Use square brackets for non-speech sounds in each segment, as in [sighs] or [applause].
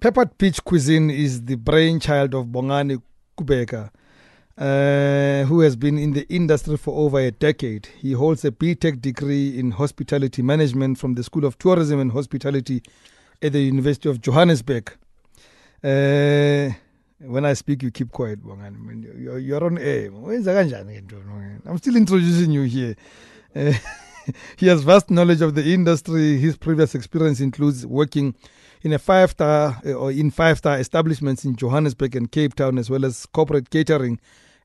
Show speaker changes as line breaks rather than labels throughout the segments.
Peppered Peach Cuisine is the brainchild of Bongani Kubeka, uh, who has been in the industry for over a decade. He holds a BTEC degree in hospitality management from the School of Tourism and Hospitality at the University of Johannesburg. Uh, when I speak, you keep quiet, Bongani. I mean, you're, you're on air. I'm still introducing you here. Uh, [laughs] he has vast knowledge of the industry. His previous experience includes working in a five-star uh, or in five-star establishments in Johannesburg and Cape Town, as well as corporate catering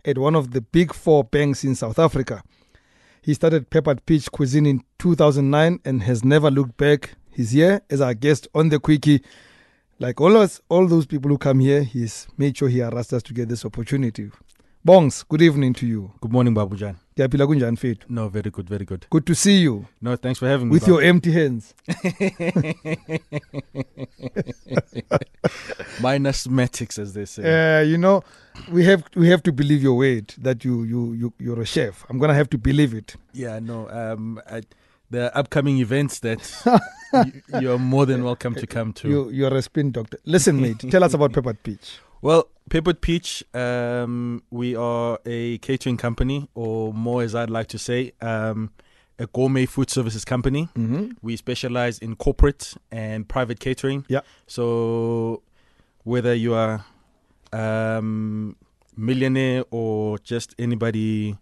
at one of the big four banks in South Africa. He started Peppered Peach Cuisine in 2009 and has never looked back. He's here as our guest on the Quickie. Like all us, all those people who come here, he's made sure he harassed us to get this opportunity. Bongs, good evening to you.
Good morning, Babujan.
Ngiyaphila kunjani fethu?
No, very good, very good.
Good to see you
No, thanks for having me.
with
Babu.
your empty hands.
minus matics, as they say.
Yeah, Uh, you know, we have we have to believe your word that you you you you're a chef. I'm gonna have to believe it.
Yeah, no. Um, I, the upcoming events [laughs] that you, you're more than welcome to come to.
You you're a spin doctor. Listen, mate, tell us about Peppered Peach.
Well, Peppered Peach, um, we are a catering company, or more as I'd like to say, um, a gourmet food services company.
Mm-hmm.
We specialize in corporate and private catering.
Yeah.
So whether you are um millionaire or just anybody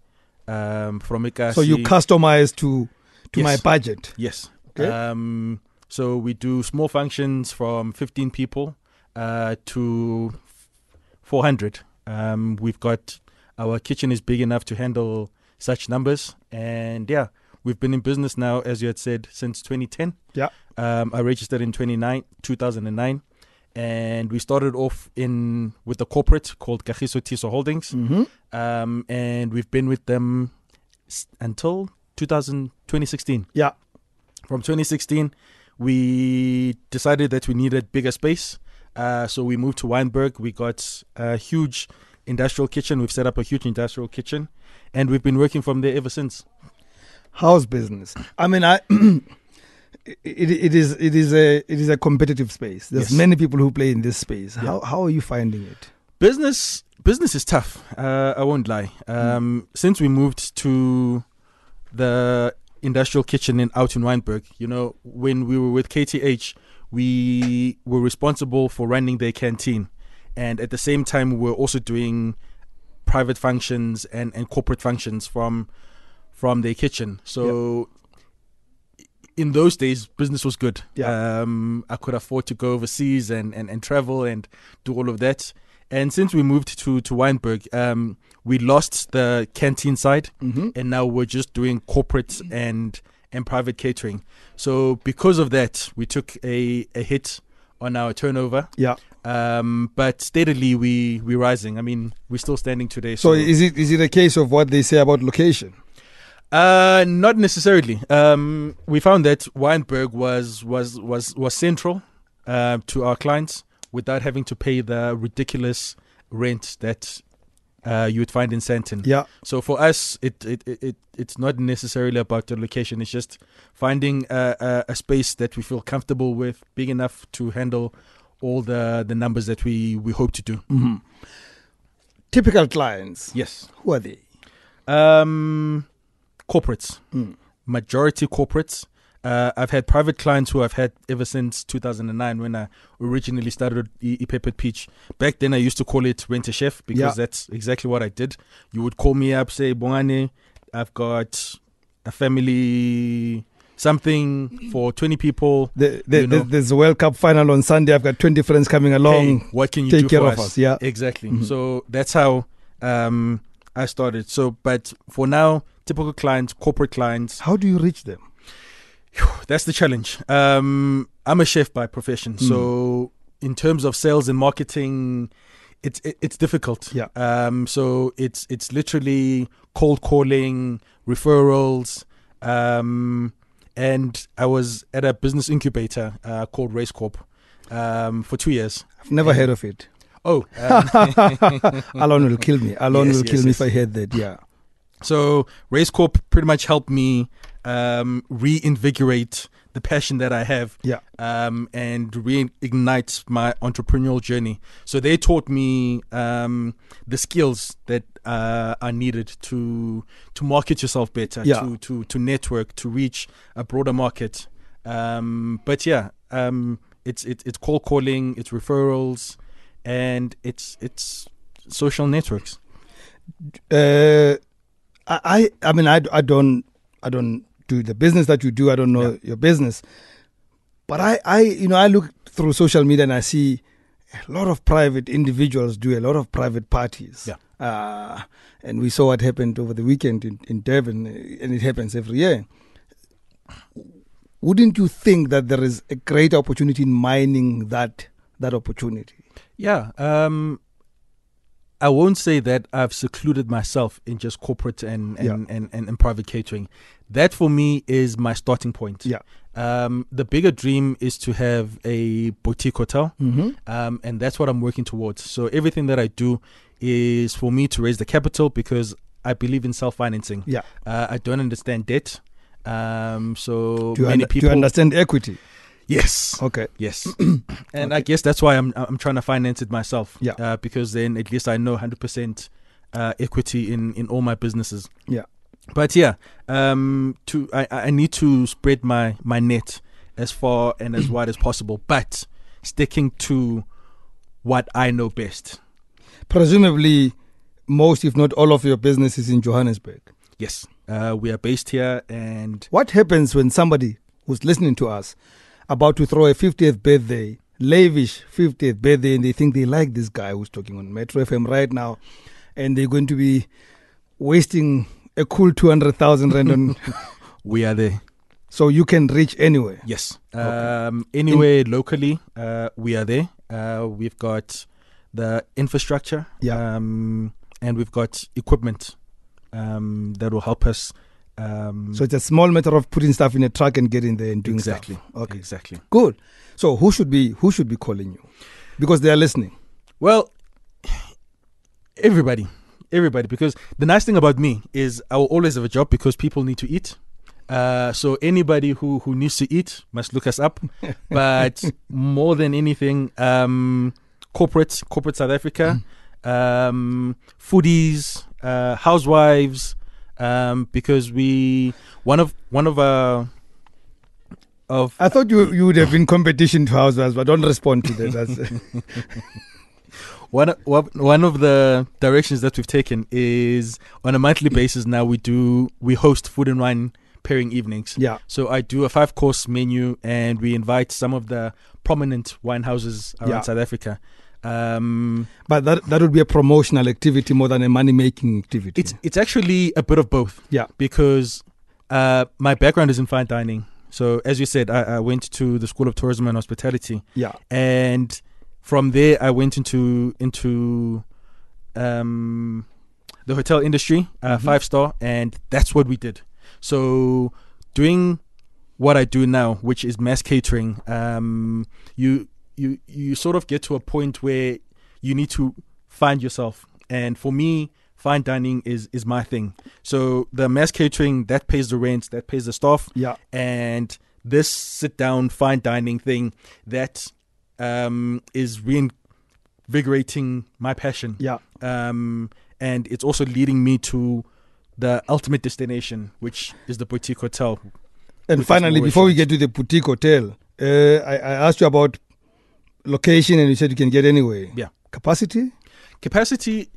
um from Ikasi.
So you customize to to my
Yes.
budget.
Yes.
Okay.
Um so we do small functions from 15 people uh to 400. Um we've got our kitchen is big enough to handle such numbers and yeah, we've been in business now as you had said since 2010.
Yeah.
Um I registered in 29 2009 and we started off in with a corporate called Kagiso Tiso Holdings
Mm-hmm.
um, and we've been with them s- until 2000, 2016.
Yeah.
From 2016, we decided that we needed bigger space, uh, so we moved to Weinberg. We got a huge industrial kitchen. We've set up a huge industrial kitchen, and we've been working from there ever since.
House business. I mean, I. [clears throat] It, it is it is a it is a competitive space. There's
Yes.
many people who play in this space. How how are you finding it?
Business business is tough. Uh, I won't lie. Um, Since we moved to the industrial kitchen in out in Weinberg, you know, when we were with KTH, we were responsible for running their canteen, and at the same time, we were also doing private functions and, and corporate functions from from their kitchen. So. In those days, business was good.
Yeah.
Um, I could afford to go overseas and, and, and travel and do all of that. And since we moved to to Weinberg, um, we lost the canteen side,
Mm-hmm.
and now we're just doing corporate and and private catering. So because of that, we took a, a hit on our turnover.
Yeah.
Um, but steadily we we rising. I mean, we're still standing today.
So is it is it a case of what they say about location?
Uh, not necessarily. Um, we found that Weinberg was was was was central uh, to our clients without having to pay the ridiculous rent that uh, you would find in Santon.
Yeah.
So for us, it it, it it it's not necessarily about the location. It's just finding a, a, a space that we feel comfortable with, big enough to handle all the the numbers that we we hope to do.
Mm-hmm. Typical clients.
Yes.
Who are they?
Um, corporates.
Mm.
majority corporates. Uh, I've had private clients who I've had ever since 2009 when I originally started E E- Peppered Peach. Back then, I used to call it Rent a Chef because
Yeah.
that's exactly what I did. You would call me up, say, Bongane, I've got a family something for 20 people.
The, the,
You know.
the, there's a World Cup final on Sunday. I've got 20 friends coming along.
Hey, what can you
Take
do
care
for
of us. Yeah.
Exactly.
Mhm.
So that's how um, I started. So, but for now, typical clients, corporate clients,
How do you reach them?
That's the challenge. Um, I'm a chef by profession,
Mm.
so in terms of sales and marketing, it's it, it's difficult.
Yeah.
Um, so it's it's literally cold calling, referrals, um, and I was at a business incubator uh, called Race Corp um, for two years.
I've never heard of it.
Oh, um,
Alon will kill me. Alon
Yes,
will
yes,
kill me if
yes.
I heard that. Yeah.
So Race Corp pretty much helped me um, reinvigorate the passion that I have
Yeah.
um, and reignite my entrepreneurial journey. So they taught me um, the skills that uh, are needed to to market yourself better,
Yeah.
to, to to network, to reach a broader market. Um, but yeah, um, it's it's it's call calling, it's referrals, and it's it's social networks.
Uh, I, I I mean I, d- I don't I don't do the business that you do. I don't know your business, but I I you know I look through social media and I see a lot of private individuals do a lot of private parties.
Yeah.
Uh, and we saw what happened over the weekend in, in Durban, uh, and it happens every year. Wouldn't you think that there is a great opportunity in mining that that opportunity?
Yeah. Um, I won't say that I've secluded myself in just corporate and and,
Yeah.
and, and and private catering. That for me is my starting point.
Yeah.
Um, the bigger dream is to have a boutique hotel,
Mm-hmm.
um, and that's what I'm working towards. So everything that I do is for me to raise the capital because I believe in self financing.
Yeah.
Uh, I don't understand debt. Um, so
Do you,
many
under- do
people.
you understand equity?
yes.
Okay. [clears throat]
Yes, and I guess that's why I'm I'm trying to finance it myself.
Yeah.
uh, because then at least I know 100 percent uh, equity in in all my businesses.
Yeah.
but yeah, um, to I I I need to spread my my net as far and
[clears throat]
as wide as possible, but sticking to what I know best.
presumably most if not all of your business is in johannesburg
Yes, uh, we are based here, and
what happens when somebody who's listening to us about to throw a 50th birthday lavish 50th birthday and they think they like this guy who's talking on metro fm right now and they're going to be wasting a cool 200000 rand on
we are there.
so you can reach anywhere
Yes.
Okay.
Um, anywhere locally, uh, we are there. Uh, we've got the infrastructure,
Yeah.
um, and we've got equipment um, that will help us. Um,
so it's a small matter of putting stuff in a truck and getting there and doing
exactly,
stuff okay
exactly.
good so who should be who should be calling you because they are listening
Well, [sighs] everybody, everybody, because the nice thing about me is I will always have a job because people need to eat. Uh, so anybody who, who needs to eat must look us up. but more than anything, um, corporate, corporate South Africa, um, foodies, uh, housewives, um, because we one of one of our of
I thought you, you would have been competition to housewives, but don't respond to that. That's,
[laughs] One one one of the directions that we've taken is on a monthly basis now we do we host food and wine pairing evenings.
yeah.
So I do a five course menu and we invite some of the prominent wine houses around
Yeah.
South Africa. Um,
But that, that would be a promotional activity more than a money making activity.
it's it's actually a bit of both.
Yeah.
Because uh, my background is in fine dining. So as you said, I, I went to the School of Tourism and Hospitality.
yeah.
and from there I went into into um, the hotel industry, uh,
Mhm.
five star, and that's what we did. So doing what I do now, which is mass catering, um, you you you sort of get to a point where you need to find yourself, and for me. Fine dining is, is my thing. So the mass catering that pays the rent, that pays the staff,
Yeah.
and this sit down fine dining thing that um, is reinvigorating my passion
Yeah.
um, and it's also leading me to the ultimate destination which is the boutique hotel
And
With
finally,
small
before we get to the boutique hotel, uh, I, I asked you about location and you said you can get anywhere.
Yeah.
Capacity?
capacity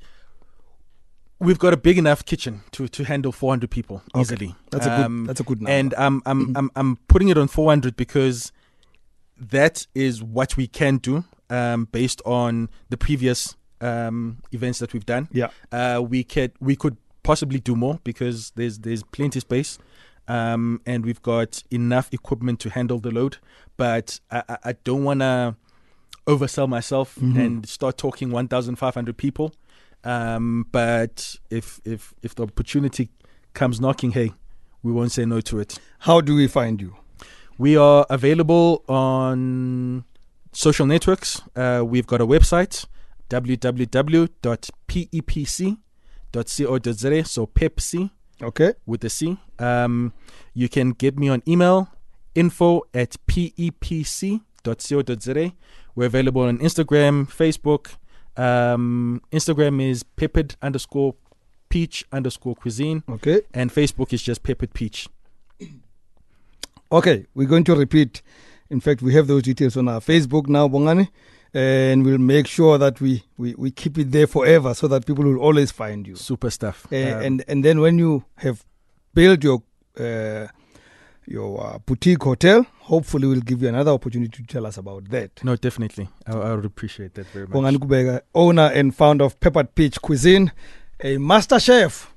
we've got a big enough kitchen to, to handle 400 people
Okay.
easily
That's a good
Um,
that's a good number.
and I'm I'm, I'm I'm putting it on 400 because that is what we can do um, based on the previous um, events that we've done.
Yeah.
uh, we could we could possibly do more because there's there's plenty space, um, and we've got enough equipment to handle the load. But I, I- I don't want to oversell myself
Mhm.
and start talking 1,500 people. Um, but if if if the opportunity comes knocking, hey, we won't say no to it.
How do we find you?
We are available on social networks. Uh, we've got a website, E www.pepc.co.za, so E Pepsi
Okay.
with the C. Um, you can get me on email, info at E pepc.co.za. We're available on Instagram, Facebook. Um, Instagram is peppered underscore peach underscore cuisine,
Okay.
and Facebook is just peppered peach.
Okay, we're going to repeat. In fact, we have those details on our Facebook now, Bongani, and we'll make sure that we, we, we keep it there forever so that people will always find you.
Super stuff.
Uh,
Um,
and and then when you have built your uh, your uh, boutique hotel, hopefully we'll give you another opportunity to tell us about that.
no, definitely. I, I would appreciate that very much.
Bongani Kubeka, owner and founder of Peppered Peach Cuisine, a master chef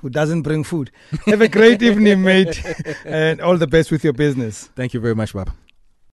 who doesn't bring food. Have a great evening, mate, and all the best with your business.
Thank you very much, Bob.